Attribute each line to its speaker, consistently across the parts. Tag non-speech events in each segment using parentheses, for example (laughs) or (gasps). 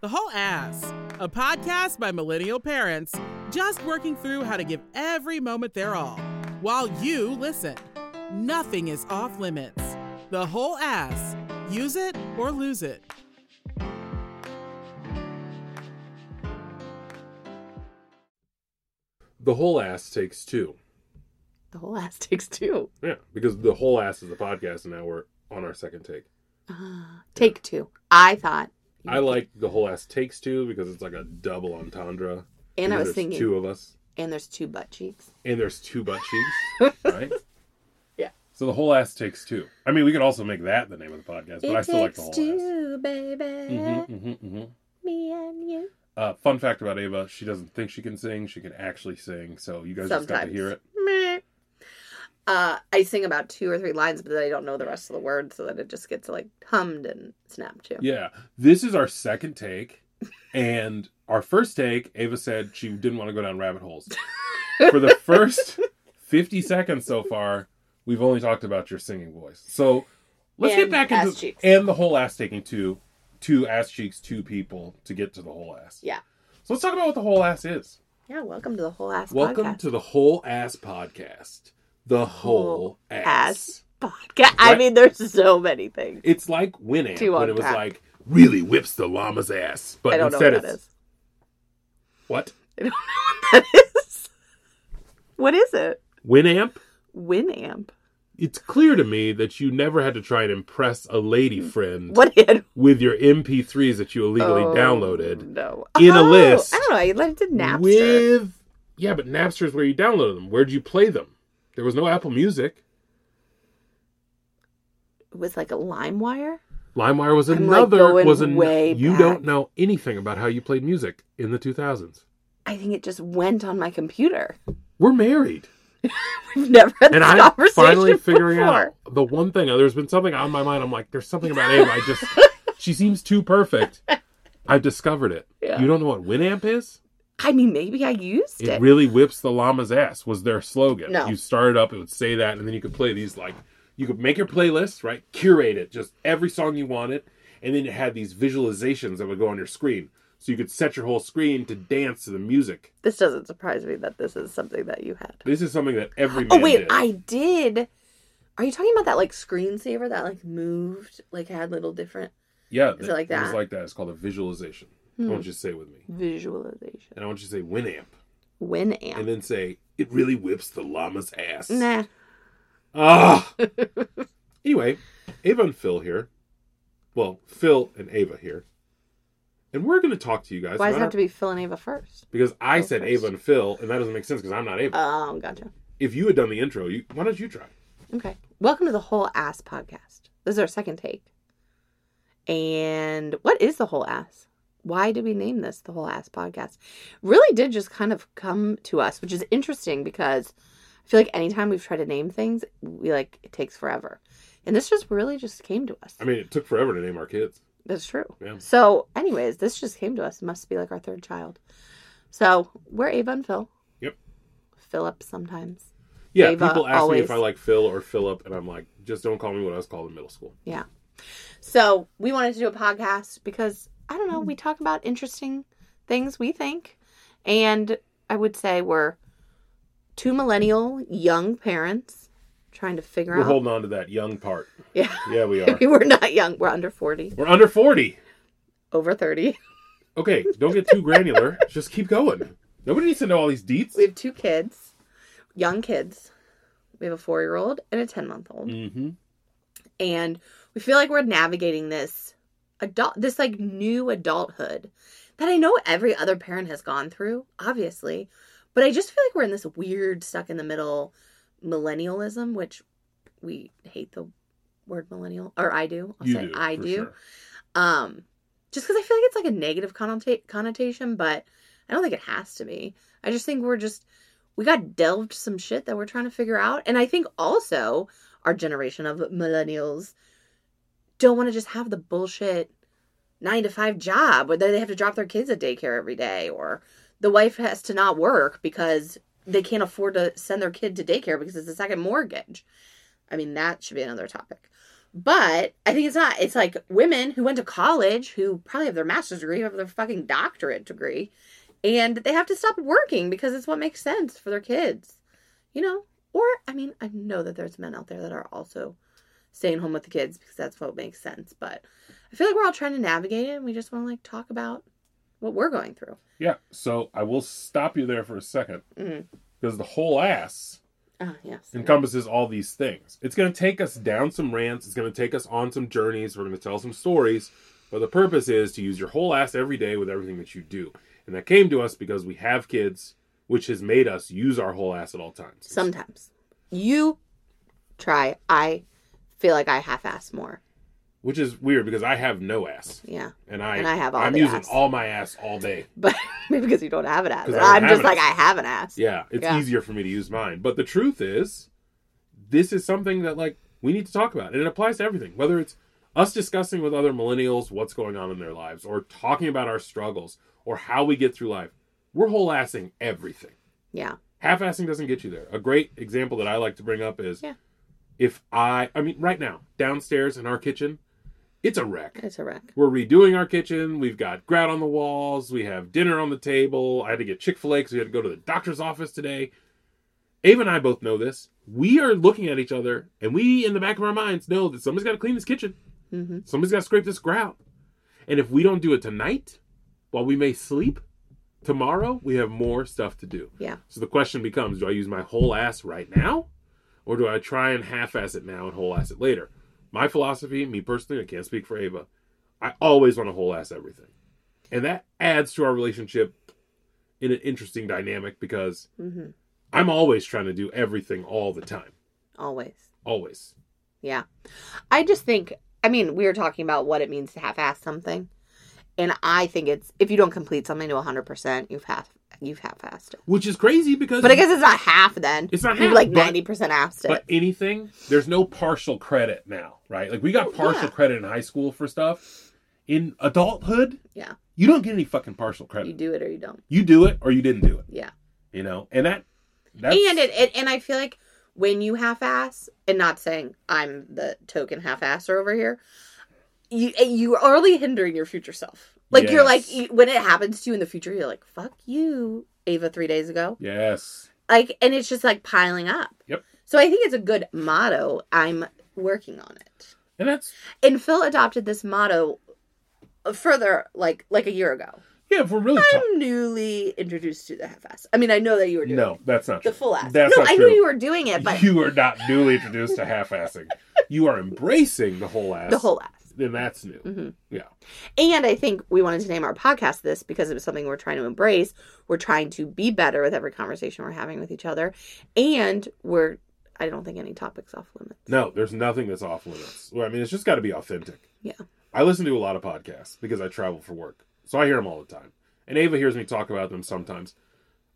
Speaker 1: The Whole Ass, a podcast by millennial parents just working through how to give every moment their all while you listen. Nothing is off limits. The Whole Ass, use it or lose it.
Speaker 2: The whole ass takes two.
Speaker 3: The whole ass (laughs) takes (gasps) two.
Speaker 2: Yeah, because the whole ass is a podcast, and now we're on our second take.
Speaker 3: Ah, take two. I thought.
Speaker 2: I like the whole ass takes two because it's like a double entendre.
Speaker 3: And I
Speaker 2: because
Speaker 3: was
Speaker 2: there's
Speaker 3: thinking-
Speaker 2: two of us,
Speaker 3: And there's two butt cheeks.
Speaker 2: and there's two butt cheeks,
Speaker 3: (laughs)
Speaker 2: right?
Speaker 3: Yeah.
Speaker 2: So the whole ass takes two. I mean, we could also make that the name of the podcast, but I still like the whole
Speaker 3: baby.
Speaker 2: ass. Mm-hmm, mm-hmm, mm-hmm.
Speaker 3: Me and you.
Speaker 2: Uh, fun fact about Ava: she doesn't think she can sing; she can actually sing. So you guys just got to
Speaker 3: Sometimes.
Speaker 2: hear it.
Speaker 3: Meh. Uh, I sing about two or three lines, but then I don't know the rest of the words, so that it just gets like hummed and snapped to.
Speaker 2: Yeah, this is our second take, and our first take, Ava said she didn't want to go down rabbit holes.
Speaker 3: (laughs)
Speaker 2: For the first fifty seconds so far, we've only talked about your singing voice. So let's get
Speaker 3: And
Speaker 2: back
Speaker 3: ass
Speaker 2: into
Speaker 3: cheeks.
Speaker 2: and the whole ass taking two, two ass cheeks, two people to get to the whole ass.
Speaker 3: Yeah.
Speaker 2: So let's talk about what the whole ass is.
Speaker 3: Yeah, Welcome to the whole ass.
Speaker 2: Welcome
Speaker 3: podcast.
Speaker 2: to the whole ass podcast. The whole ass.
Speaker 3: ass podcast. I
Speaker 2: Right.
Speaker 3: mean, there's so many things.
Speaker 2: It's like Winamp
Speaker 3: To
Speaker 2: when it was
Speaker 3: unpack.
Speaker 2: like really whips the llama's ass, but
Speaker 3: I don't know
Speaker 2: instead
Speaker 3: what that
Speaker 2: it's
Speaker 3: is.
Speaker 2: what.
Speaker 3: I don't (laughs) know what that is. What is it?
Speaker 2: Winamp,
Speaker 3: Winamp.
Speaker 2: it's clear to me that you never had to try and impress a lady
Speaker 3: Mm.
Speaker 2: friend
Speaker 3: What (laughs) did
Speaker 2: with your MP3s that you illegally
Speaker 3: Oh,
Speaker 2: downloaded
Speaker 3: No.
Speaker 2: in a
Speaker 3: Oh,
Speaker 2: list
Speaker 3: I don't know. I left it to Napster.
Speaker 2: with Yeah, but Napster is where you downloaded them. Where'd you play them? There was no Apple Music.
Speaker 3: With like a LimeWire.
Speaker 2: LimeWire was
Speaker 3: I'm, like,
Speaker 2: another
Speaker 3: going
Speaker 2: was an,
Speaker 3: way
Speaker 2: you
Speaker 3: back.
Speaker 2: don't know anything about how you played music in the 2000s.
Speaker 3: I think it just went on my computer. (laughs)
Speaker 2: We're married.
Speaker 3: We've never had
Speaker 2: and
Speaker 3: this
Speaker 2: I'm
Speaker 3: conversation
Speaker 2: finally figuring
Speaker 3: before.
Speaker 2: out the one thing. There's been something on my mind. I'm like, there's something about Ava. I
Speaker 3: (laughs)
Speaker 2: just she seems too perfect. I've discovered it.
Speaker 3: Yeah.
Speaker 2: You don't know what Winamp is?
Speaker 3: I mean, maybe I used it.
Speaker 2: It really whips the llama's ass. Was their slogan?
Speaker 3: No.
Speaker 2: You started up, it would say that, and then you could play these like you could make your playlist right, curate it, just every song you wanted, and then it had these visualizations that would go on your screen, so you could set your whole screen to dance to the music.
Speaker 3: this doesn't surprise me that this is something that you had.
Speaker 2: This is something that every
Speaker 3: Oh
Speaker 2: man
Speaker 3: wait,
Speaker 2: did.
Speaker 3: I did. Are you talking about that like screensaver that like moved, like had little different
Speaker 2: yeah,
Speaker 3: Is it like
Speaker 2: was
Speaker 3: that? Hmm.
Speaker 2: like that. It's called a visualization. I want you to say it with me.
Speaker 3: visualization?
Speaker 2: and I want you to say Winamp, and
Speaker 3: Winamp.
Speaker 2: then say it really whips the llama's ass.
Speaker 3: Nah. (laughs)
Speaker 2: Ah. anyway, Ava and Phil here. Well, Phil and Ava here, and we're going to talk to you guys.
Speaker 3: Why does it
Speaker 2: about
Speaker 3: have to
Speaker 2: our-
Speaker 3: be Oh, Phil and Ava first?
Speaker 2: Because I
Speaker 3: Phil
Speaker 2: said
Speaker 3: first?
Speaker 2: Ava and Phil, and that doesn't make sense because I'm not Ava.
Speaker 3: Oh, gotcha.
Speaker 2: if you had done the intro, you, why don't you try?
Speaker 3: Okay. Welcome to the Whole Ass podcast. This is our second take. And what is the Whole Ass? Why did we name this the Whole Ass podcast? Really did just kind of come to us, which is interesting because I feel like anytime we've tried to name things, we like it takes forever. And this just really just came to us.
Speaker 2: I mean, it took forever to name our kids.
Speaker 3: That's true.
Speaker 2: Yeah.
Speaker 3: So, anyways, this just came to us. It must be like our third child. So, we're Ava and Phil.
Speaker 2: Yep.
Speaker 3: Philip sometimes.
Speaker 2: Yeah,
Speaker 3: Ava,
Speaker 2: people ask me if
Speaker 3: always.
Speaker 2: I like Phil or Philip, and I'm like, just don't call me what I was called in middle school.
Speaker 3: Yeah. So we wanted to do a podcast because I don't know, we talk about interesting things we think. And I would say we're two millennial young parents trying to figure
Speaker 2: We're
Speaker 3: out
Speaker 2: holding on to that young part.
Speaker 3: (laughs) Yeah.
Speaker 2: Yeah, we
Speaker 3: (laughs)
Speaker 2: are.
Speaker 3: we're not young. We're under forty.
Speaker 2: we're under forty.
Speaker 3: Over thirty.
Speaker 2: Okay, don't get too granular. Just keep going. Nobody needs to know all these deets.
Speaker 3: We have two kids. Young kids. We have a four year old and a ten month old.
Speaker 2: Mm-hmm.
Speaker 3: and we feel like we're navigating this adult this like new adulthood that i know every other parent has gone through obviously but i just feel like we're in this weird stuck in the middle millennialism which we hate the word millennial or i do i'll say i do um just because i feel like it's like a negative connota- connotation but i don't think it has to be i just think we're just we got delved some shit that we're trying to figure out and i think also our generation of millennials don't want to just have the bullshit nine to five job where they have to drop their kids at daycare every day or the wife has to not work because they can't afford to send their kid to daycare because it's a second mortgage i mean that should be another topic But I think it's not. It's like women who went to college who probably have their master's degree, have their fucking doctorate degree, and they have to stop working because it's what makes sense for their kids, you know? Or, I mean, I know that there's men out there that are also staying home with the kids because that's what makes sense. But I feel like we're all trying to navigate it and we just want to like talk about what we're going through.
Speaker 2: Yeah, so I will stop you there for a second
Speaker 3: Mm.
Speaker 2: because the whole ass
Speaker 3: Oh, yes.
Speaker 2: encompasses all these things. It's going to take us down some rants, it's going to take us on some journeys, we're going to tell some stories, but the purpose is to use your whole ass every day with everything that you do. And that came to us because we have kids, which has made us use our whole ass at all times.
Speaker 3: Sometimes you try. I feel like I half ass more.
Speaker 2: which is weird because I have no ass.
Speaker 3: Yeah.
Speaker 2: And I,
Speaker 3: And I have all
Speaker 2: I'm
Speaker 3: the
Speaker 2: using
Speaker 3: ass.
Speaker 2: all my ass all day.
Speaker 3: But (laughs) maybe because you don't have an ass.
Speaker 2: 'Cause I don't
Speaker 3: I'm
Speaker 2: have an
Speaker 3: just like,
Speaker 2: ass.
Speaker 3: I have an ass.
Speaker 2: Yeah, it's
Speaker 3: Yeah.
Speaker 2: easier for me to use mine. But the truth is, this is something that like we need to talk about, and it applies to everything. Whether it's us discussing with other millennials what's going on in their lives, or talking about our struggles, or how we get through life, we're whole assing everything.
Speaker 3: Yeah.
Speaker 2: Half assing doesn't get you there. A great example that I like to bring up is
Speaker 3: Yeah.
Speaker 2: if I, I mean, right now downstairs in our kitchen, it's a wreck.
Speaker 3: It's a wreck.
Speaker 2: We're redoing our kitchen. We've got grout on the walls. We have dinner on the table. I had to get Chick fil A because we had to go to the doctor's office today. Ava and I both know this. We are looking at each other, and we, in the back of our minds, know that somebody's got to clean this kitchen.
Speaker 3: hmm
Speaker 2: Somebody's got to scrape this grout. And if we don't do it tonight, while we may sleep, tomorrow we have more stuff to do.
Speaker 3: Yeah.
Speaker 2: So the question becomes do I use my whole ass right now? Or do I try and half ass it now and whole ass it later? My philosophy, me personally, I can't speak for Ava. I always want to whole ass everything. And that adds to our relationship in an interesting dynamic because
Speaker 3: hmm
Speaker 2: I'm always trying to do everything all the time.
Speaker 3: Always.
Speaker 2: Always.
Speaker 3: Yeah. I just think, I mean, we were talking about what it means to half ass something. And I think it's, if you don't complete something to 100%, you've half, you've half assed it.
Speaker 2: Which is crazy because
Speaker 3: But I guess it's not half then.
Speaker 2: It's not
Speaker 3: You've
Speaker 2: half,
Speaker 3: like
Speaker 2: but-
Speaker 3: 90% assed it.
Speaker 2: But anything, there's no partial credit now, right? Like we got
Speaker 3: Oh,
Speaker 2: partial
Speaker 3: yeah.
Speaker 2: credit in high school for stuff. In adulthood,
Speaker 3: Yeah.
Speaker 2: you don't get any fucking partial
Speaker 3: you
Speaker 2: credit.
Speaker 3: do it or you don't.
Speaker 2: You do it or you didn't do it.
Speaker 3: Yeah.
Speaker 2: You know, and that that's
Speaker 3: and it, it, and I feel like when you half ass, and not saying I'm the token half asser over here, you eh, you are only hindering your future self. Like you're like
Speaker 2: Yes.
Speaker 3: you, when it happens to you in the future, you're like fuck you, Ava, three days ago.
Speaker 2: yes,
Speaker 3: Like, and it's just like piling up.
Speaker 2: Yep.
Speaker 3: So I think it's a good motto. I'm working on it.
Speaker 2: and that's
Speaker 3: And Phil adopted this motto further, like like a year ago.
Speaker 2: yeah. If we're really talk-
Speaker 3: I'm newly introduced to the half ass. I mean, I know that you were doing
Speaker 2: no, that's not true.
Speaker 3: the full ass.
Speaker 2: That's
Speaker 3: no,
Speaker 2: not
Speaker 3: I
Speaker 2: true.
Speaker 3: knew you were doing it, but
Speaker 2: you are not newly introduced to half-assing. You are embracing the whole ass.
Speaker 3: the whole ass.
Speaker 2: Then that's new.
Speaker 3: Mhm.
Speaker 2: Yeah.
Speaker 3: And I think we wanted to name our podcast this because it was something we're trying to embrace. We're trying to be better with every conversation we're having with each other, and we're. I don't think any topics off limits.
Speaker 2: No, there's nothing that's off limits. Well, I mean, it's just got to be authentic.
Speaker 3: Yeah.
Speaker 2: I listen to a lot of podcasts because I travel for work. So I hear them all the time. And Ava hears me talk about them sometimes.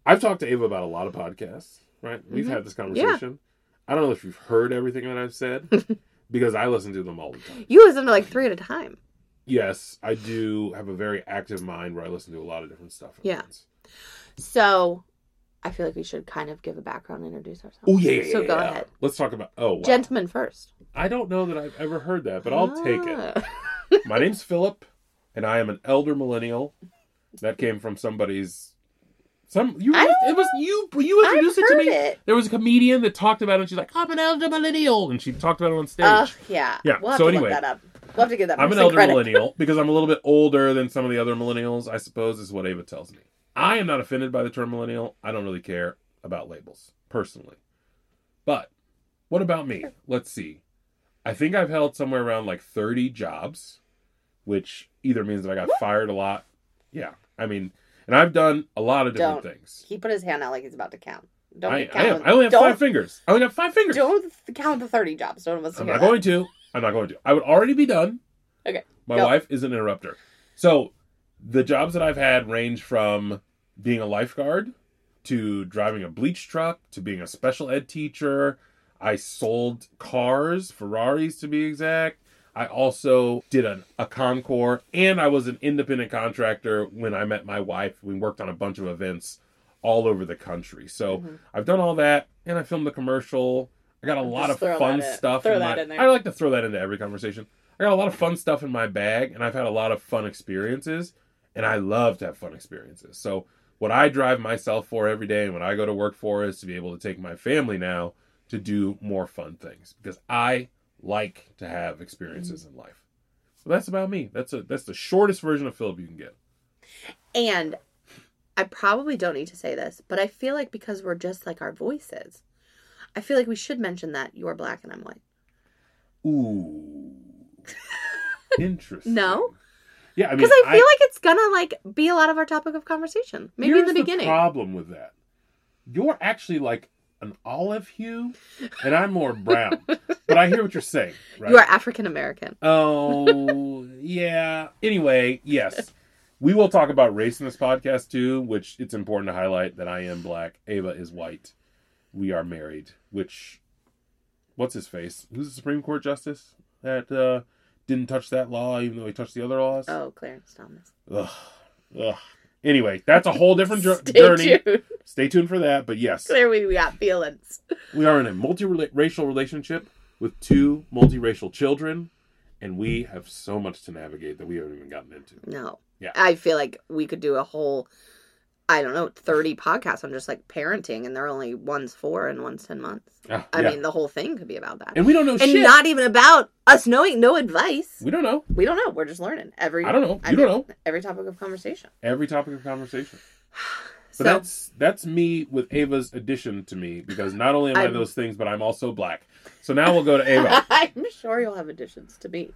Speaker 2: I've talked to Ava about a lot of podcasts, right? We've
Speaker 3: Mhm.
Speaker 2: had this conversation. I don't know if you've heard everything that I've
Speaker 3: (laughs)
Speaker 2: said because I listen to them all the time.
Speaker 3: You listen to like three at a time.
Speaker 2: Yes, I do have a very active mind where I listen to a lot of different stuff. at
Speaker 3: Yeah.
Speaker 2: once.
Speaker 3: So I feel like we should kind of give a background, introduce ourselves.
Speaker 2: Oh, yeah, yeah,
Speaker 3: So
Speaker 2: yeah,
Speaker 3: go
Speaker 2: yeah.
Speaker 3: ahead.
Speaker 2: Let's talk about. Oh, wow.
Speaker 3: Gentlemen first.
Speaker 2: I don't know that I've ever heard that, but I'll take it.
Speaker 3: Ah.
Speaker 2: My name's Philip, and I am an elder millennial. That came from somebody's. Some you
Speaker 3: I don't
Speaker 2: it was you you
Speaker 3: I've
Speaker 2: introduced it to
Speaker 3: heard
Speaker 2: me.
Speaker 3: it.
Speaker 2: There was a comedian that talked about it. and She's like, I'm an elder millennial, and she talked about it on stage.
Speaker 3: Oh, yeah.
Speaker 2: Yeah,
Speaker 3: We'll have
Speaker 2: so
Speaker 3: to
Speaker 2: anyway.
Speaker 3: look that up. We'll have to get that.
Speaker 2: I'm an
Speaker 3: person
Speaker 2: elder
Speaker 3: credit. (laughs)
Speaker 2: millennial because I'm a little bit older than some of the other millennials. I suppose is what Ava tells me. I am not offended by the term millennial. I don't really care about labels personally. But what about me? Let's see. I think I've held somewhere around like 30 jobs, which either means that I got fired a lot. Yeah. I mean, and I've done a lot of different
Speaker 3: Don't.
Speaker 2: things.
Speaker 3: He put his hand out like he's about to count. Don't
Speaker 2: I, I,
Speaker 3: count.
Speaker 2: am. I only have
Speaker 3: don't,
Speaker 2: five fingers. I only got five fingers.
Speaker 3: Don't count the thirty jobs. Don't listen
Speaker 2: I'm
Speaker 3: to
Speaker 2: not
Speaker 3: that.
Speaker 2: going to. I'm not going to. I would already be done.
Speaker 3: Okay,
Speaker 2: My
Speaker 3: go.
Speaker 2: wife is an interrupter. So the jobs that I've had range from being a lifeguard to driving a bleach truck to being a special ed teacher. I sold cars, Ferraris to be exact. I also did an, a Concor and I was an independent contractor when I met my wife. We worked on a bunch of events all over the country. So
Speaker 3: Mhm.
Speaker 2: I've done all that and I filmed a commercial. I got a lot
Speaker 4: Mm-hmm. Just
Speaker 2: of
Speaker 4: throw
Speaker 2: fun
Speaker 4: that in-
Speaker 2: stuff.
Speaker 4: throw
Speaker 2: in
Speaker 4: that
Speaker 2: my,
Speaker 4: in there.
Speaker 2: I like to throw that into every conversation. I got a lot of fun stuff in my bag, and I've had a lot of fun experiences, and I love to have fun experiences. So what I drive myself for every day, and what I go to work for, is to be able to take my family now to do more fun things because I like to have experiences in life. So that's about me. That's a that's the shortest version of Philip you can
Speaker 3: (laughs)
Speaker 2: get.
Speaker 3: And I probably don't need to say this, but I feel like because we're just like our voices, I feel like we should mention that you're black and I'm white.
Speaker 2: Ooh, interesting.
Speaker 3: No?
Speaker 2: Yeah, I mean,
Speaker 3: Because I, feel like it's gonna like be a lot of our topic of conversation. Maybe in
Speaker 2: Here's
Speaker 3: the beginning.
Speaker 2: problem with that, you're actually like an olive hue, and I'm more
Speaker 3: (laughs)
Speaker 2: brown. but I hear what you're saying, right?
Speaker 3: You are African American.
Speaker 2: Oh, yeah. Anyway, yes. We will talk about race in this podcast too, which it's important to highlight that I am black. Ava is white. We are married, which what's his face? Who's the Supreme Court justice that uh didn't touch that law even though he touched the other laws?
Speaker 3: Oh, Clarence Thomas.
Speaker 2: Ugh. Ugh. Anyway, that's a whole different jour-
Speaker 3: (laughs) Stay
Speaker 2: journey.
Speaker 3: tuned.
Speaker 2: Stay tuned for that, but yes.
Speaker 3: There we we got feelings.
Speaker 2: We are in a multiracial relationship with two multiracial children, and we have so much to navigate that we haven't even gotten into.
Speaker 3: No.
Speaker 2: Yeah.
Speaker 3: I feel like we could do a whole I don't know, thirty podcasts on just like parenting and they're only one's four and one's ten months.
Speaker 2: Ah,
Speaker 3: I
Speaker 2: yeah.
Speaker 3: mean the whole thing could be about that.
Speaker 2: and we don't know
Speaker 3: and
Speaker 2: shit.
Speaker 3: not even about us knowing no advice.
Speaker 2: we don't know.
Speaker 3: We don't know. We're just learning every.
Speaker 2: I don't know. You
Speaker 3: every-
Speaker 2: don't know.
Speaker 3: every topic of conversation.
Speaker 2: Every topic of conversation. But
Speaker 3: So
Speaker 2: that's that's me with Ava's addition to me because not only am i
Speaker 3: I'm-
Speaker 2: those things, but I'm also black. So now we'll go to
Speaker 3: (laughs)
Speaker 2: Ava.
Speaker 3: I'm sure you'll have additions to be.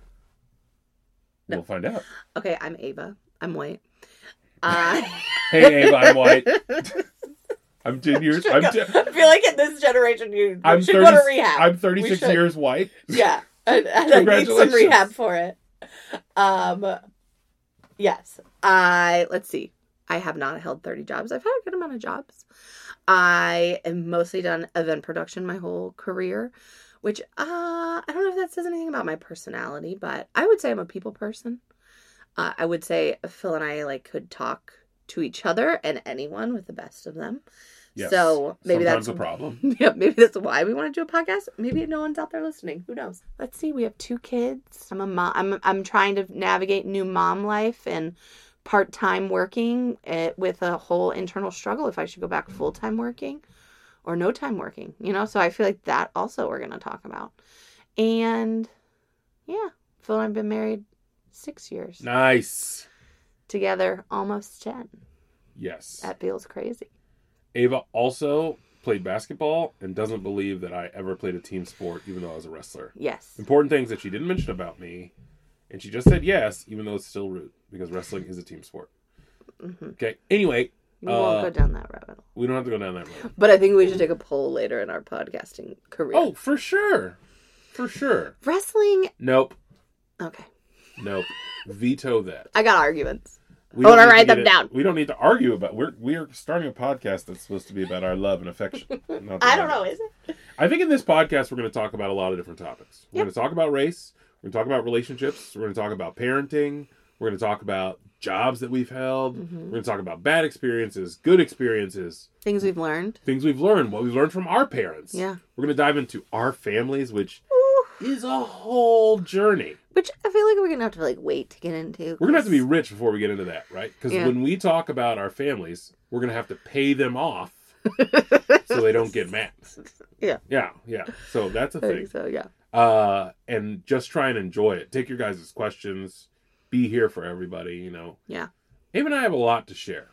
Speaker 2: We'll find out.
Speaker 3: Okay, I'm Ava. I'm (laughs) white. I
Speaker 2: Hey Ava, I'm white. (laughs) I'm ten years. I'm
Speaker 4: I
Speaker 2: ten,
Speaker 4: feel like in this generation, you
Speaker 2: I'm
Speaker 4: should go to
Speaker 2: thirty.
Speaker 4: rehab.
Speaker 2: I'm 36
Speaker 4: should.
Speaker 2: years white.
Speaker 4: yeah, and, and I need some
Speaker 2: Congratulations.
Speaker 4: rehab for it. Um, yes,
Speaker 3: I let's see. I have not held 30 jobs. I've had a good amount of jobs. I am mostly done event production my whole career, which uh I don't know if that says anything about my personality, but I would say I'm a people person. Uh, I would say Phil and I like could talk to each other and anyone with the best of them.
Speaker 2: Yes.
Speaker 3: So maybe
Speaker 2: Sometimes
Speaker 3: that's
Speaker 2: a
Speaker 3: (laughs)
Speaker 2: problem.
Speaker 3: Yeah, maybe that's why we want to do a podcast. Maybe no one's out there listening. Who knows? Let's see. We have two kids. I'm a mom. I'm I'm trying to navigate new mom life and part time working eh, with a whole internal struggle if I should go back full time working or no time working. You know, so I feel like that also we're gonna talk about. And yeah, Phil and I've been married six years
Speaker 2: Nice.
Speaker 3: together, almost ten.
Speaker 2: Yes.
Speaker 3: That feels crazy.
Speaker 2: Ava also played basketball and doesn't believe that I ever played a team sport, even though I was a wrestler.
Speaker 3: Yes.
Speaker 2: Important things that she didn't mention about me, and she just said yes, even though it's still rude because wrestling is a team sport.
Speaker 3: Mm-hmm.
Speaker 2: Okay. Anyway,
Speaker 3: We won't
Speaker 2: Uh,
Speaker 3: go down that road.
Speaker 2: we don't have to go down that road.
Speaker 3: But I think we should take a poll later in our podcasting career.
Speaker 2: Oh, for sure, for sure.
Speaker 3: wrestling.
Speaker 2: Nope,
Speaker 3: Okay,
Speaker 2: nope. Veto that.
Speaker 3: I got arguments.
Speaker 2: We
Speaker 3: I wanna
Speaker 2: don't need
Speaker 3: write
Speaker 2: get
Speaker 3: them
Speaker 2: it-
Speaker 3: down.
Speaker 2: We don't need to argue about. We're we are starting a podcast that's supposed to be about our love and
Speaker 3: (laughs)
Speaker 2: affection. Not that
Speaker 3: I
Speaker 2: matters.
Speaker 3: don't know. Is it?
Speaker 2: I think in this podcast we're going to talk about a lot of different topics. We're
Speaker 3: Yep.
Speaker 2: going to talk about race. We're going to talk about relationships. We're going to talk about parenting. We're going to talk about jobs that we've held.
Speaker 3: Mm-hmm.
Speaker 2: We're going to talk about bad experiences, good experiences,
Speaker 3: Things we've learned.
Speaker 2: things we've learned, what we've learned from our parents.
Speaker 3: Yeah.
Speaker 2: We're going to dive into our families, which is a whole journey.
Speaker 3: Which I feel like we're gonna have to like wait to get into.
Speaker 2: We're going to have to be rich before we get into that, right? Because
Speaker 3: Yeah.
Speaker 2: when we talk about our families, we're going to have to pay them
Speaker 3: (laughs)
Speaker 2: off so they don't get mad.
Speaker 3: Yeah.
Speaker 2: Yeah. Yeah. So that's a
Speaker 3: I
Speaker 2: thing.
Speaker 3: think so. Yeah.
Speaker 2: uh, and just try and enjoy it. Take your guys' questions. Be here for everybody. You know.
Speaker 3: Yeah.
Speaker 2: Abe and I have a lot to share.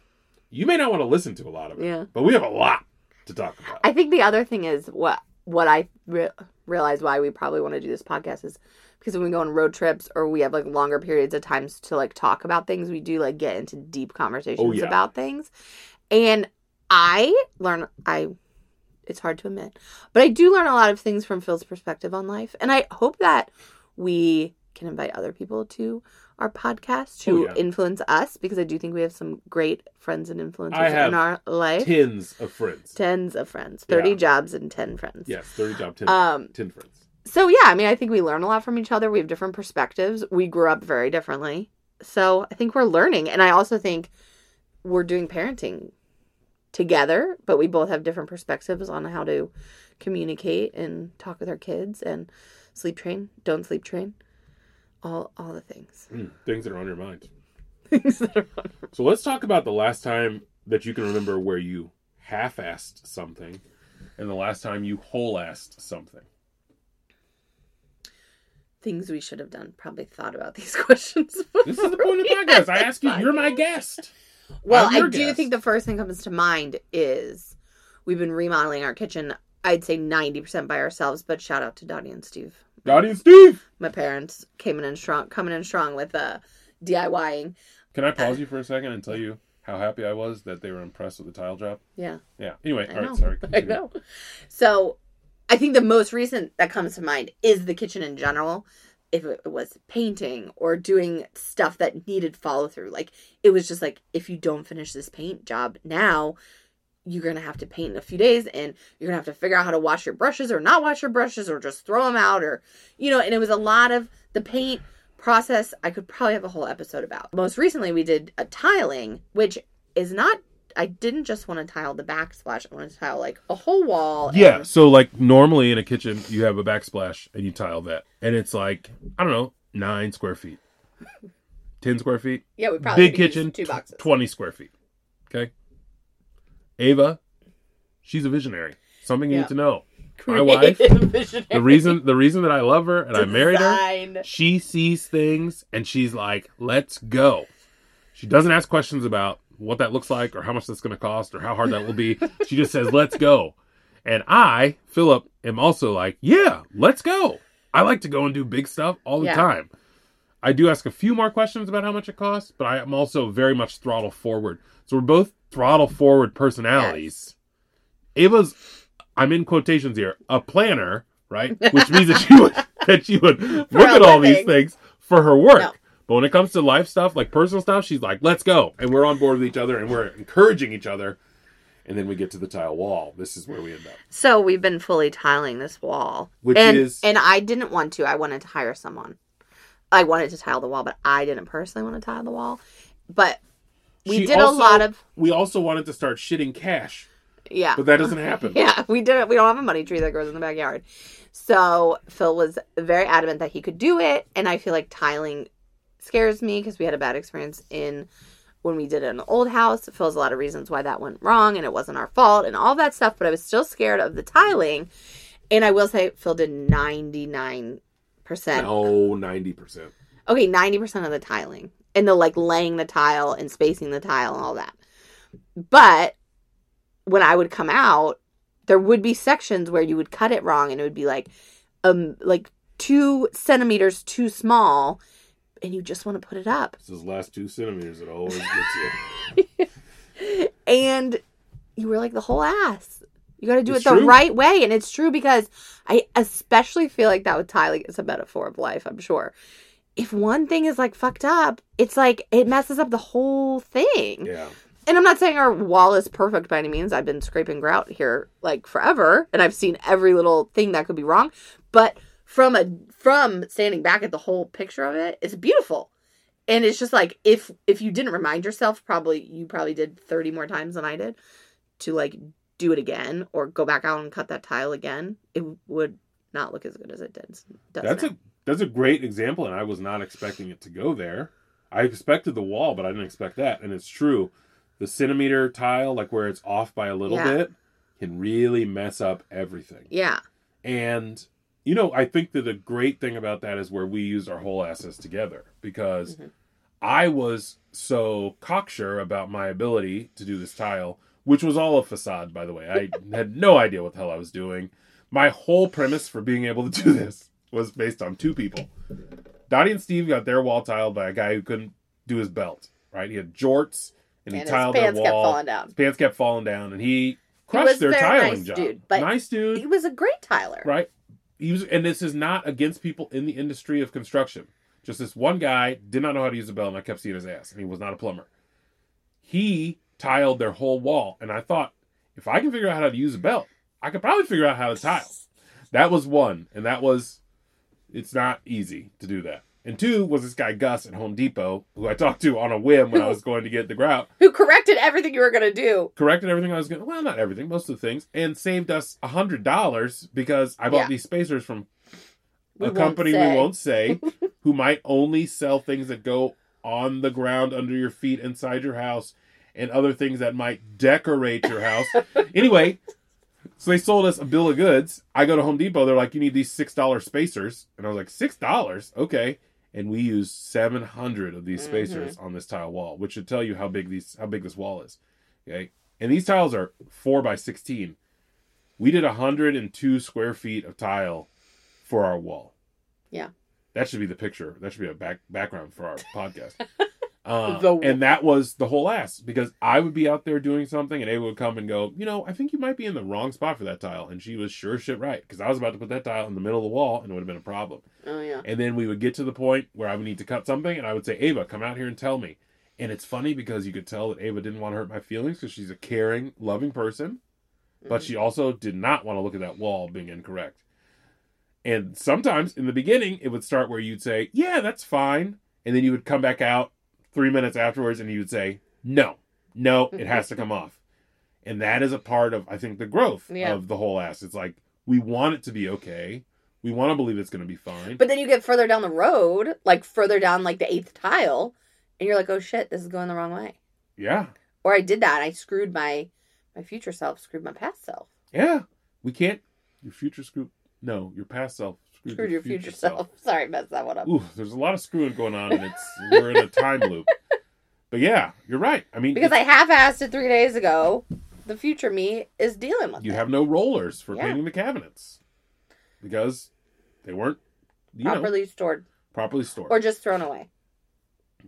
Speaker 2: You may not want to listen to a lot of it,
Speaker 3: Yeah.
Speaker 2: but we have a lot to talk about.
Speaker 3: I think the other thing is what what I re- realize why we probably want to do this podcast is because when we go on road trips or we have like longer periods of times to like talk about things, we do like get into deep conversations
Speaker 2: Oh, yeah.
Speaker 3: about things. And I learn I it's hard to admit, but I do learn a lot of things from Phil's perspective on life, and I hope that we can invite other people to our podcast to
Speaker 2: Oh, yeah.
Speaker 3: influence us because I do think we have some great friends and influencers
Speaker 2: I have
Speaker 3: in our life
Speaker 2: Tens of friends.
Speaker 3: tens of friends 30
Speaker 2: Yeah.
Speaker 3: jobs and 10 friends
Speaker 2: Yes, thirty job ten.
Speaker 3: um
Speaker 2: ten friends.
Speaker 3: so yeah i mean i think we learn a lot from each other we have different perspectives we grew up very differently so i think we're learning and i also think we're doing parenting together but we both have different perspectives on how to communicate and talk with our kids and sleep train, don't sleep train, all all the things.
Speaker 2: Mm, things that are on your mind.
Speaker 3: (laughs) Things that are on.
Speaker 2: So let's talk about the last time that you can remember where you half-assed something, and the last time you whole-assed something.
Speaker 3: Things we should have done. Probably thought about (laughs) these questions.
Speaker 2: This is the point
Speaker 3: (laughs)
Speaker 2: of the podcast. I ask you. You're my guest.
Speaker 3: Well,
Speaker 2: I'm your
Speaker 3: I do
Speaker 2: guest.
Speaker 3: think the first thing that comes to mind is we've been remodeling our kitchen. I'd say ninety percent by ourselves, but shout out to Dottie and Steve.
Speaker 2: Dottie and Steve.
Speaker 3: My parents came in strong, coming in strong with uh, DIYing.
Speaker 2: Can I pause you for a second and tell you how happy I was that they were impressed with the tile job?
Speaker 3: Yeah,
Speaker 2: Yeah. Anyway,
Speaker 3: I
Speaker 2: all right,
Speaker 4: (laughs)
Speaker 3: know.
Speaker 2: sorry.
Speaker 3: I
Speaker 2: continue.
Speaker 3: know. So, I think the most recent that comes to mind is the kitchen in general. If it was painting or doing stuff that needed follow through, like it was just like if you don't finish this paint job now, you're gonna have to paint in a few days, and you're gonna have to figure out how to wash your brushes or not wash your brushes or just throw them out or you know. And it was a lot of the paint process. I could probably have a whole episode about. Most recently, we did a tiling, which is not. I didn't just want to tile the backsplash. I wanted to tile like a whole wall. and-
Speaker 2: Yeah, so like normally in a kitchen, you have a backsplash and you tile that, and it's like I don't know, nine square feet, ten square feet,
Speaker 4: Yeah, we probably
Speaker 2: big
Speaker 4: could use
Speaker 2: kitchen,
Speaker 4: two
Speaker 2: tw-
Speaker 4: boxes.
Speaker 2: twenty square feet. Okay, Ava, she's a visionary. Something you
Speaker 4: Yeah.
Speaker 2: need to know.
Speaker 4: (laughs)
Speaker 2: My
Speaker 3: (laughs)
Speaker 2: wife, the reason the reason that I love her and I married her, she sees things and she's like, "Let's go." She doesn't ask questions about what that looks like or how much that's going to cost or how hard that will be. she just says, "Let's go." And I, Philip, am also like, "Yeah, let's go." I like to go and do big stuff all the
Speaker 3: Yeah.
Speaker 2: time. I do ask a few more questions about how much it costs, but I am also very much throttle forward. So we're both throttle forward personalities. Ava's, I'm in quotations here, a planner, right? Which means that she would (laughs) that she would look
Speaker 4: a
Speaker 2: at all these
Speaker 4: living.
Speaker 2: things for her work.
Speaker 4: No.
Speaker 2: But when it comes to life stuff, like personal stuff, she's like, "Let's go," and we're on board with each other, and we're encouraging each other. And then we get to the tile wall. This is where we end up.
Speaker 3: So we've been fully tiling this wall,
Speaker 2: Which
Speaker 3: and,
Speaker 2: is-
Speaker 3: and I didn't want to. I wanted to hire someone. I wanted to tile the wall, but I didn't personally want to tile the wall. But we
Speaker 2: She
Speaker 3: did
Speaker 2: also-
Speaker 3: a lot of
Speaker 2: We also wanted to start shitting cash,
Speaker 3: yeah,
Speaker 2: but that doesn't happen.
Speaker 3: (laughs) yeah. We did it. We don't have a money tree that grows in the backyard, so Phil was very adamant that he could do it, and I feel like tiling scares me because we had a bad experience in when we did it in the old house. It feels a lot of reasons why that went wrong and it wasn't our fault and all that stuff, but I was still scared of the tiling. And I will say Phil did 99%.
Speaker 2: No, Oh, ninety percent.
Speaker 3: Okay, 90% of the tiling and the like laying the tile and spacing the tile and all that. But when I would come out, there would be sections where you would cut it wrong and it would be like um like 2 centimeters too small and you just want to put it up.
Speaker 2: It's those last two centimeters that always gets you.
Speaker 3: (laughs) and you were like the whole ass. You got to do
Speaker 2: It's
Speaker 3: it the
Speaker 2: true.
Speaker 3: right way, and it's true because I especially feel like that with tiling is a metaphor of life. I'm sure. If one thing is like fucked up, it's like it messes up the whole thing.
Speaker 2: Yeah,
Speaker 3: And I'm not saying our wall is perfect by any means. I've been scraping grout here like forever, and I've seen every little thing that could be wrong. But from a from standing back at the whole picture of it, it's beautiful. And it's just like if if you didn't remind yourself, probably you probably did 30 more times than I did to like do it again or go back out and cut that tile again, it would not look as good as it did. does
Speaker 2: that's
Speaker 3: now.
Speaker 2: a that's a great example, and I was not expecting it to go there. I expected the wall, but I didn't expect that, and it's true. The centimeter tile, like where it's off by a little
Speaker 3: Yeah.
Speaker 2: bit, can really mess up everything.
Speaker 3: yeah.
Speaker 2: And you know, I think that a great thing about that is where we used our whole assets together because
Speaker 3: Mhm.
Speaker 2: I was so cocksure about my ability to do this tile, which was all a facade, by the way. I had no idea what the hell I was doing. My whole premise for being able to do (laughs) this was based on two people. Dottie and Steve got their wall tiled by a guy who couldn't do his belt, right? He had jorts and,
Speaker 4: And
Speaker 2: he
Speaker 4: his
Speaker 2: tiled
Speaker 4: pants
Speaker 2: their
Speaker 4: kept
Speaker 2: wall.
Speaker 4: falling down.
Speaker 2: His pants kept falling down and he crushed
Speaker 3: was
Speaker 2: their
Speaker 3: very
Speaker 2: tiling
Speaker 3: nice
Speaker 2: job.
Speaker 3: dude, but
Speaker 2: nice dude
Speaker 3: He was a great Tyler.
Speaker 2: right? He was, and this is not against people in the industry of construction. Just this one guy did not know how to use a bell, and I kept seeing his ass, and he was not a plumber. He tiled their whole wall, and I thought, if I can figure out how to use a belt, I could probably figure out how to tile. That was one, and that was, it's not easy to do that. And two was this guy Gus at Home Depot, who I talked to on a whim when I was going to get the grout,
Speaker 3: Who corrected everything you were gonna do?
Speaker 2: corrected everything I was going. Well, not everything, most of the things, and saved us a hundred dollars because I bought
Speaker 3: Yeah.
Speaker 2: these spacers from
Speaker 3: We
Speaker 2: a
Speaker 3: won't
Speaker 2: company
Speaker 3: say.
Speaker 2: we won't
Speaker 3: (laughs)
Speaker 2: say, who might only sell things that go on the ground under your feet inside your house and other things that might decorate your house. anyway, so they sold us a bill of goods. I go to Home Depot, they're like, You need these six dollar spacers. And I was like, Six dollars? Okay. And we used seven hundred of these spacers on this tile wall, which should tell you how big these how big this wall is. Okay. And these tiles are four by sixteen. We did hundred and two square feet of tile for our wall.
Speaker 3: Yeah.
Speaker 2: That should be the picture. That should be a back background for our podcast. Uh,
Speaker 5: The-
Speaker 2: and that was the whole ass because I would be out there doing something and Ava would come and go, you know, I think you might be in the wrong spot for that tile. And she was sure as shit right because I was about to put that tile in the middle of the wall and it would have been a problem.
Speaker 3: Oh yeah.
Speaker 2: And then we would get to the point where I would need to cut something, and I would say, Ava, come out here and tell me. And it's funny because you could tell that Ava didn't want to hurt my feelings because she's a caring, loving person, but
Speaker 3: Mm-hmm.
Speaker 2: she also did not want to look at that wall being incorrect. And sometimes in the beginning, it would start where you'd say, Yeah, that's fine. And then you would come back out three minutes afterwards and you would say, No, no, it has
Speaker 3: (laughs)
Speaker 2: to come off. And that is a part of, I think, the growth
Speaker 3: Yeah.
Speaker 2: of the whole ass. It's like, we want it to be okay. We want to believe it's going to be fine.
Speaker 3: But then you get further down the road, like further down like the eighth tile, and you're like, oh shit, this is going the wrong way.
Speaker 2: Yeah.
Speaker 3: Or I did that. I screwed my my future self, screwed my past self,
Speaker 2: Yeah. We can't. Your future screw. No, your past self screwed,
Speaker 3: screwed your future, self. (laughs) Sorry, messed that one up.
Speaker 2: Ooh, there's a lot of screwing going on, and it's we're in a time loop. But yeah, you're right. I mean,
Speaker 3: Because I half assed it three days ago. The future me is dealing with
Speaker 2: you
Speaker 3: it
Speaker 2: have no rollers for
Speaker 3: Yeah.
Speaker 2: painting the cabinets because they weren't, you know,
Speaker 3: properly stored
Speaker 2: properly stored.
Speaker 3: or just thrown away.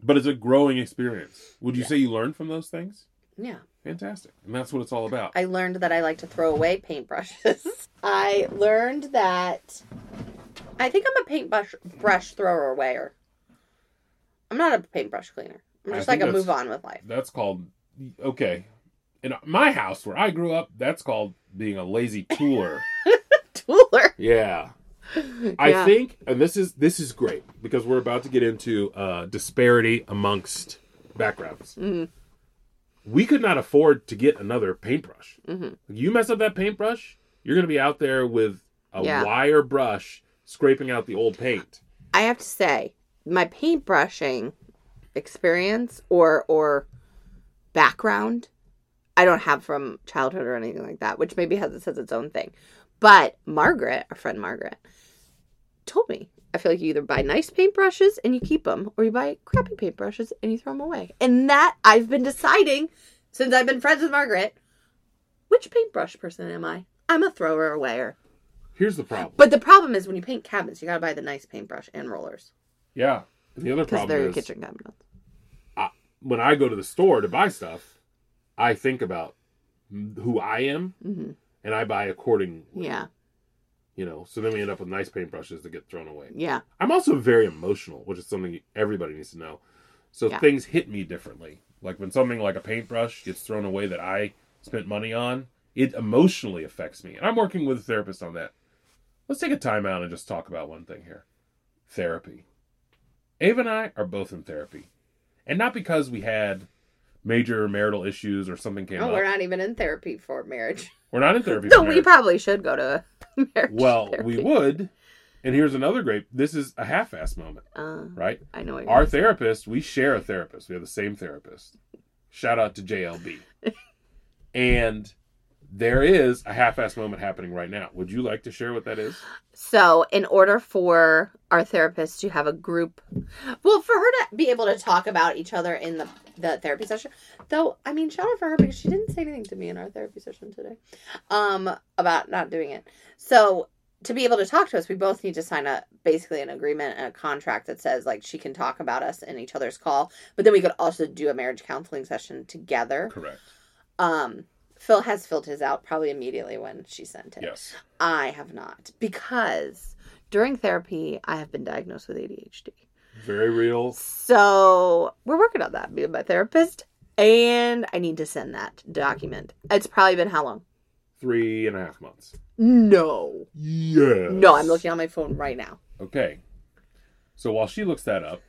Speaker 2: but it's a growing experience. Would you
Speaker 3: Yeah.
Speaker 2: say you learned from those things?
Speaker 3: Yeah.
Speaker 2: Fantastic, and that's what it's all about.
Speaker 3: I learned that I like to throw away paintbrushes. I learned that I think I'm a paintbrush brush thrower awayer. I'm not a paintbrush cleaner. I'm
Speaker 2: I
Speaker 3: just
Speaker 2: think
Speaker 3: like a
Speaker 2: that's-
Speaker 3: move on with life.
Speaker 2: that's called okay. In my house where I grew up, that's called being a lazy tooler.
Speaker 3: Tooler. (laughs)
Speaker 2: Yeah. I
Speaker 3: Yeah.
Speaker 2: think and this is this is great because we're about to get into uh disparity amongst backgrounds.
Speaker 3: Mhm.
Speaker 2: We could not afford to get another paintbrush.
Speaker 3: Mhm.
Speaker 2: You mess up that paintbrush, you're going to be out there with a
Speaker 3: Yeah.
Speaker 2: wire brush scraping out the old paint.
Speaker 3: I have to say, my paintbrushing experience or or background, I don't have from childhood or anything like that, which maybe has it says its own thing. But Margaret, our friend Margaret, told me I feel like you either buy nice paintbrushes and you keep them, or you buy crappy paintbrushes and you throw them away. And that I've been deciding since I've been friends with Margaret, which paintbrush person am I? I'm a thrower awayer.
Speaker 2: Here's the problem.
Speaker 3: But the problem is when you paint cabinets, you gotta buy the nice paintbrush and rollers.
Speaker 2: yeah. The other
Speaker 3: Because they're
Speaker 2: problem
Speaker 3: your
Speaker 2: is
Speaker 3: kitchen cabinets.
Speaker 2: when I go to the store to buy stuff, I think about who I am
Speaker 3: hmm
Speaker 2: and I buy accordingly.
Speaker 3: Yeah,
Speaker 2: You know, so then we end up with nice paintbrushes that get thrown away.
Speaker 3: yeah,
Speaker 2: I'm also very emotional, which is something everybody needs to know. So
Speaker 3: Yeah.
Speaker 2: things hit me differently. Like when something like a paintbrush gets thrown away that I spent money on, it emotionally affects me. And I'm working with a therapist on that. Let's take a time out and just talk about one thing here therapy. Ava and I are both in therapy. And not because we had major marital issues or something came
Speaker 3: Oh,
Speaker 2: up.
Speaker 3: we're not even in therapy for marriage.
Speaker 2: We're not in
Speaker 3: (laughs)
Speaker 2: therapy.
Speaker 3: So
Speaker 2: for
Speaker 3: we
Speaker 2: marriage.
Speaker 3: probably should go to (laughs) marriage.
Speaker 2: well,
Speaker 3: therapy.
Speaker 2: we would. And here's another great this is a half ass moment,
Speaker 3: Uh,
Speaker 2: right?
Speaker 3: I know what you're
Speaker 2: Our therapist, we share a therapist. We have the same therapist. Shout out to JLB. and there is a half-ass moment happening right now. Would you like to share what that is?
Speaker 3: So, in order for our therapist to have a group, well, for her to be able to talk about each other in the, the therapy session, though, I mean, shout out for her because she didn't say anything to me in our therapy session today um, about not doing it. So, to be able to talk to us, we both need to sign a basically an agreement and a contract that says like she can talk about us in each other's call, but then we could also do a marriage counseling session together.
Speaker 2: Correct.
Speaker 3: Um, Phil has filled his out probably immediately when she sent it.
Speaker 2: Yes.
Speaker 3: I have not because during therapy I have been diagnosed with ADHD.
Speaker 2: Very real.
Speaker 3: So we're working on that, me and my therapist, and I need to send that document. It's probably been how long?
Speaker 2: Three and a half months.
Speaker 3: No,
Speaker 2: Yeah.
Speaker 3: (laughs) no, I'm looking on my phone right now.
Speaker 2: Okay. So while she looks that up,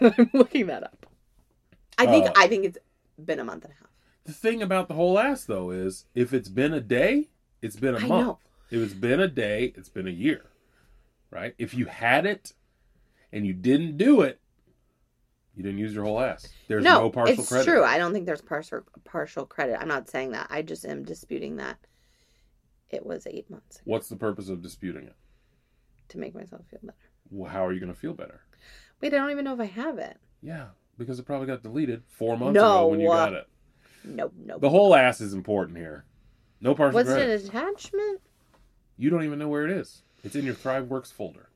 Speaker 6: I'm looking that up.
Speaker 3: I think
Speaker 2: Oh.
Speaker 3: I think it's been a month and a half.
Speaker 2: the thing about the whole ass though is if it's been a day, it's been a
Speaker 3: I
Speaker 2: month.
Speaker 3: know.
Speaker 2: If it's been a day, it's been a year. Right? If you had it and you didn't do it, you didn't use your whole ass. There's no, partial
Speaker 3: it's
Speaker 2: credit.
Speaker 3: true. I don't think there's partial partial credit. I'm not saying that. I just am disputing that. It was eight months
Speaker 2: What's the purpose of disputing it?
Speaker 3: to make myself feel better.
Speaker 2: Well, how are you going to feel better?
Speaker 3: Wait, I don't even know if I have it.
Speaker 2: Yeah, because it probably got deleted four months
Speaker 3: No. uh,
Speaker 2: ago when you got it.
Speaker 3: Nope, nope.
Speaker 2: The whole ass is important here. No partial
Speaker 3: was
Speaker 2: credit.
Speaker 3: it an attachment?
Speaker 2: You don't even know where it is. It's in your ThriveWorks folder.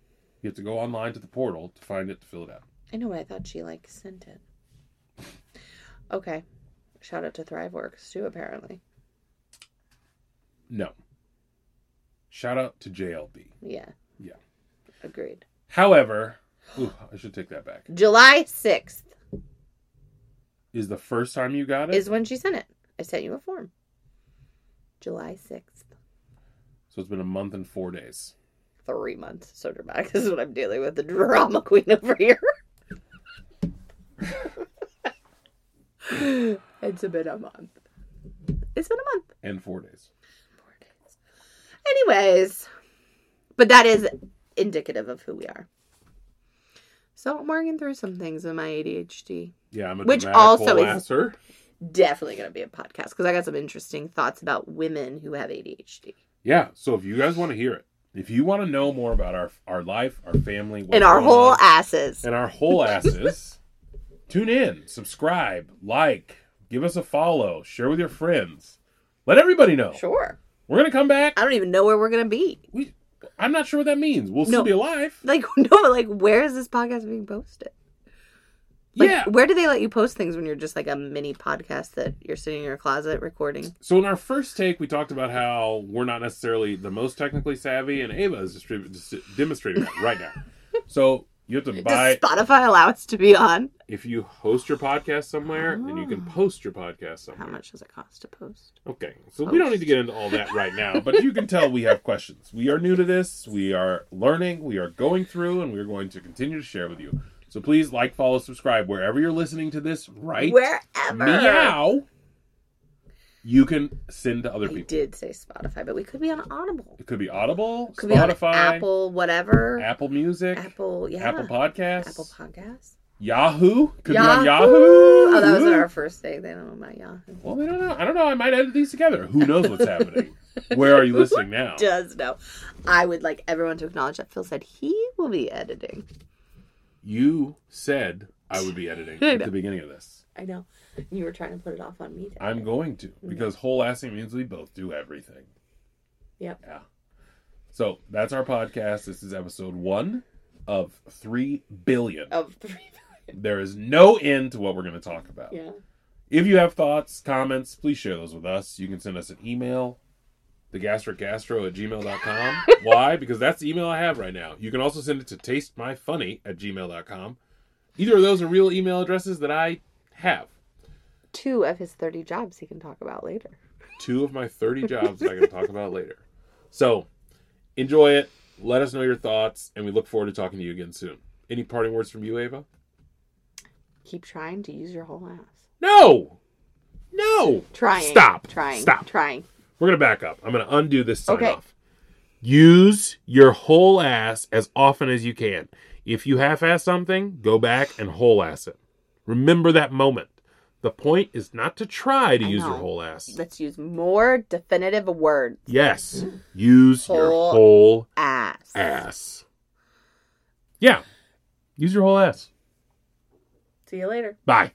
Speaker 2: You have to go online to the portal to find it to fill it out.
Speaker 3: I know, but I thought she like sent it. Okay, shout out to ThriveWorks too. Apparently,
Speaker 2: No. Shout out to JLB.
Speaker 3: yeah,
Speaker 2: Yeah.
Speaker 3: agreed.
Speaker 2: However, ooh, I should take that back.
Speaker 3: July sixth
Speaker 2: Is the first time you got it?
Speaker 3: is when she sent it. I sent you a form. July sixth.
Speaker 2: so it's been a month and four days.
Speaker 3: three months. So dramatic. (laughs) This is what I'm dealing with. The drama (laughs) queen over here. it's been a month. It's been a month.
Speaker 2: And four days.
Speaker 3: Anyways, but that is indicative of who we are. So I'm working through some things with my ADHD.
Speaker 2: Yeah, I'm a
Speaker 3: Which
Speaker 2: dramatic
Speaker 3: also
Speaker 2: whole
Speaker 3: is-
Speaker 2: asser.
Speaker 3: Definitely gonna be a podcast because I got some interesting thoughts about women who have ADHD
Speaker 2: Yeah, so if you guys want to hear it, if you want to know more about our our life, our family, what's
Speaker 3: and our
Speaker 2: going
Speaker 3: whole
Speaker 2: on,
Speaker 3: asses.
Speaker 2: and our whole asses. (laughs) Tune in, subscribe, like, give us a follow, share with your friends. Let everybody know.
Speaker 3: Sure.
Speaker 2: We're gonna come back.
Speaker 3: I don't even know where we're gonna be. (laughs)
Speaker 2: We, I'm not sure what that means. We'll still
Speaker 3: No.
Speaker 2: be alive.
Speaker 3: Like (laughs) no, but like where is this podcast being posted? Like,
Speaker 2: yeah.
Speaker 3: Where do they let you post things when you're just like a mini podcast that you're sitting in your closet recording?
Speaker 2: So in our first take, we talked about how we're not necessarily the most technically savvy, and Ava is distrib- dis- demonstrating that right
Speaker 3: (laughs)
Speaker 2: now. So you have to buy
Speaker 3: Does Spotify allow us to be on?
Speaker 2: if you host your podcast somewhere, and you can post your podcast somewhere.
Speaker 3: Ah. How much does it cost to post?
Speaker 2: Okay, so we don't need to get into all that right now, but you can tell we have questions. We are new to this, we are learning, we are going through, and we are going to continue to share with you. So please like, follow, subscribe wherever you're listening to this right
Speaker 3: Wherever.
Speaker 2: meow. You can send to other
Speaker 3: I
Speaker 2: people.
Speaker 3: did say Spotify, but we could be on Audible.
Speaker 2: It could be Audible,
Speaker 3: Could be on
Speaker 2: Spotify, Apple,
Speaker 3: Apple, whatever.
Speaker 2: Music, Apple,
Speaker 3: Apple, yeah.
Speaker 2: Podcasts,
Speaker 3: Apple Podcasts.
Speaker 2: Yahoo. Could be on Yahoo.
Speaker 3: Yahoo! Oh, that was our first thing. They don't know about Yahoo.
Speaker 2: Well, we don't know. I don't know. I might edit these together. Who knows what's
Speaker 3: (laughs)
Speaker 2: happening? Where are you listening now?
Speaker 3: Does know. I would like everyone to acknowledge that Phil said he will be editing.
Speaker 2: You said I would be editing
Speaker 3: (laughs) I
Speaker 2: at
Speaker 3: know.
Speaker 2: the beginning of this.
Speaker 3: I know. You were trying to put it off on me. to
Speaker 2: I'm going to because whole assing means we both do everything.
Speaker 3: Yep.
Speaker 2: Yeah. So that's our podcast. This is episode one of three billion.
Speaker 3: Of (laughs) three.
Speaker 2: There is no end to what we're going to talk about.
Speaker 3: Yeah.
Speaker 2: If you have thoughts, comments, please share those with us. You can send us an email, thegastricgastro at
Speaker 3: (laughs)
Speaker 2: gmail.com. Why? Because that's the email I have right now. You can also send it to tastemyfunny at gmail.com. Either of those are real email addresses that I have.
Speaker 3: two of his 30 jobs he can talk about later.
Speaker 2: Two of my 30 jobs that I can talk about later. So enjoy it. Let us know your thoughts, and we look forward to talking to you again soon. Any parting words from you, Ava?
Speaker 3: Keep trying to use your whole ass.
Speaker 2: No! No!
Speaker 3: Trying.
Speaker 2: Stop.
Speaker 3: Trying.
Speaker 2: Stop.
Speaker 3: Trying.
Speaker 2: We're gonna back up. I'm gonna undo this sign
Speaker 3: Okay.
Speaker 2: off. Use your whole ass as often as you can. If you half-ass something, go back and whole ass it. Remember that moment. The point is not to try to use your
Speaker 3: know.
Speaker 2: whole ass.
Speaker 3: Let's use more definitive words.
Speaker 2: Yes, use your
Speaker 3: Whole
Speaker 2: whole
Speaker 3: Ass.
Speaker 2: ass. Yeah, use your whole ass.
Speaker 3: See you later.
Speaker 2: Bye.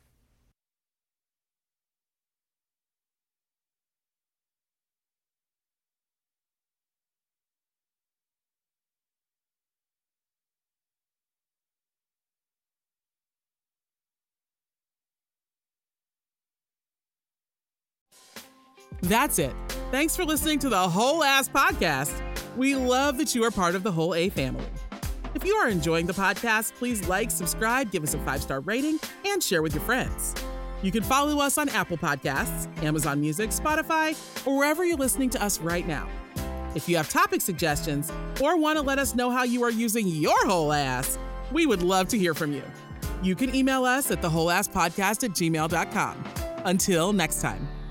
Speaker 1: That's it. Thanks for listening to the Whole Ass Podcast. We love that you are part of the Whole A family. If you are enjoying the podcast, please like, subscribe, give us a five star rating, and share with your friends. You can follow us on Apple Podcasts, Amazon Music, Spotify, or wherever you're listening to us right now. If you have topic suggestions or want to let us know how you are using your whole ass, We would love to hear from you. You can email us at thewholeasspodcast at gmail.com. Until next time.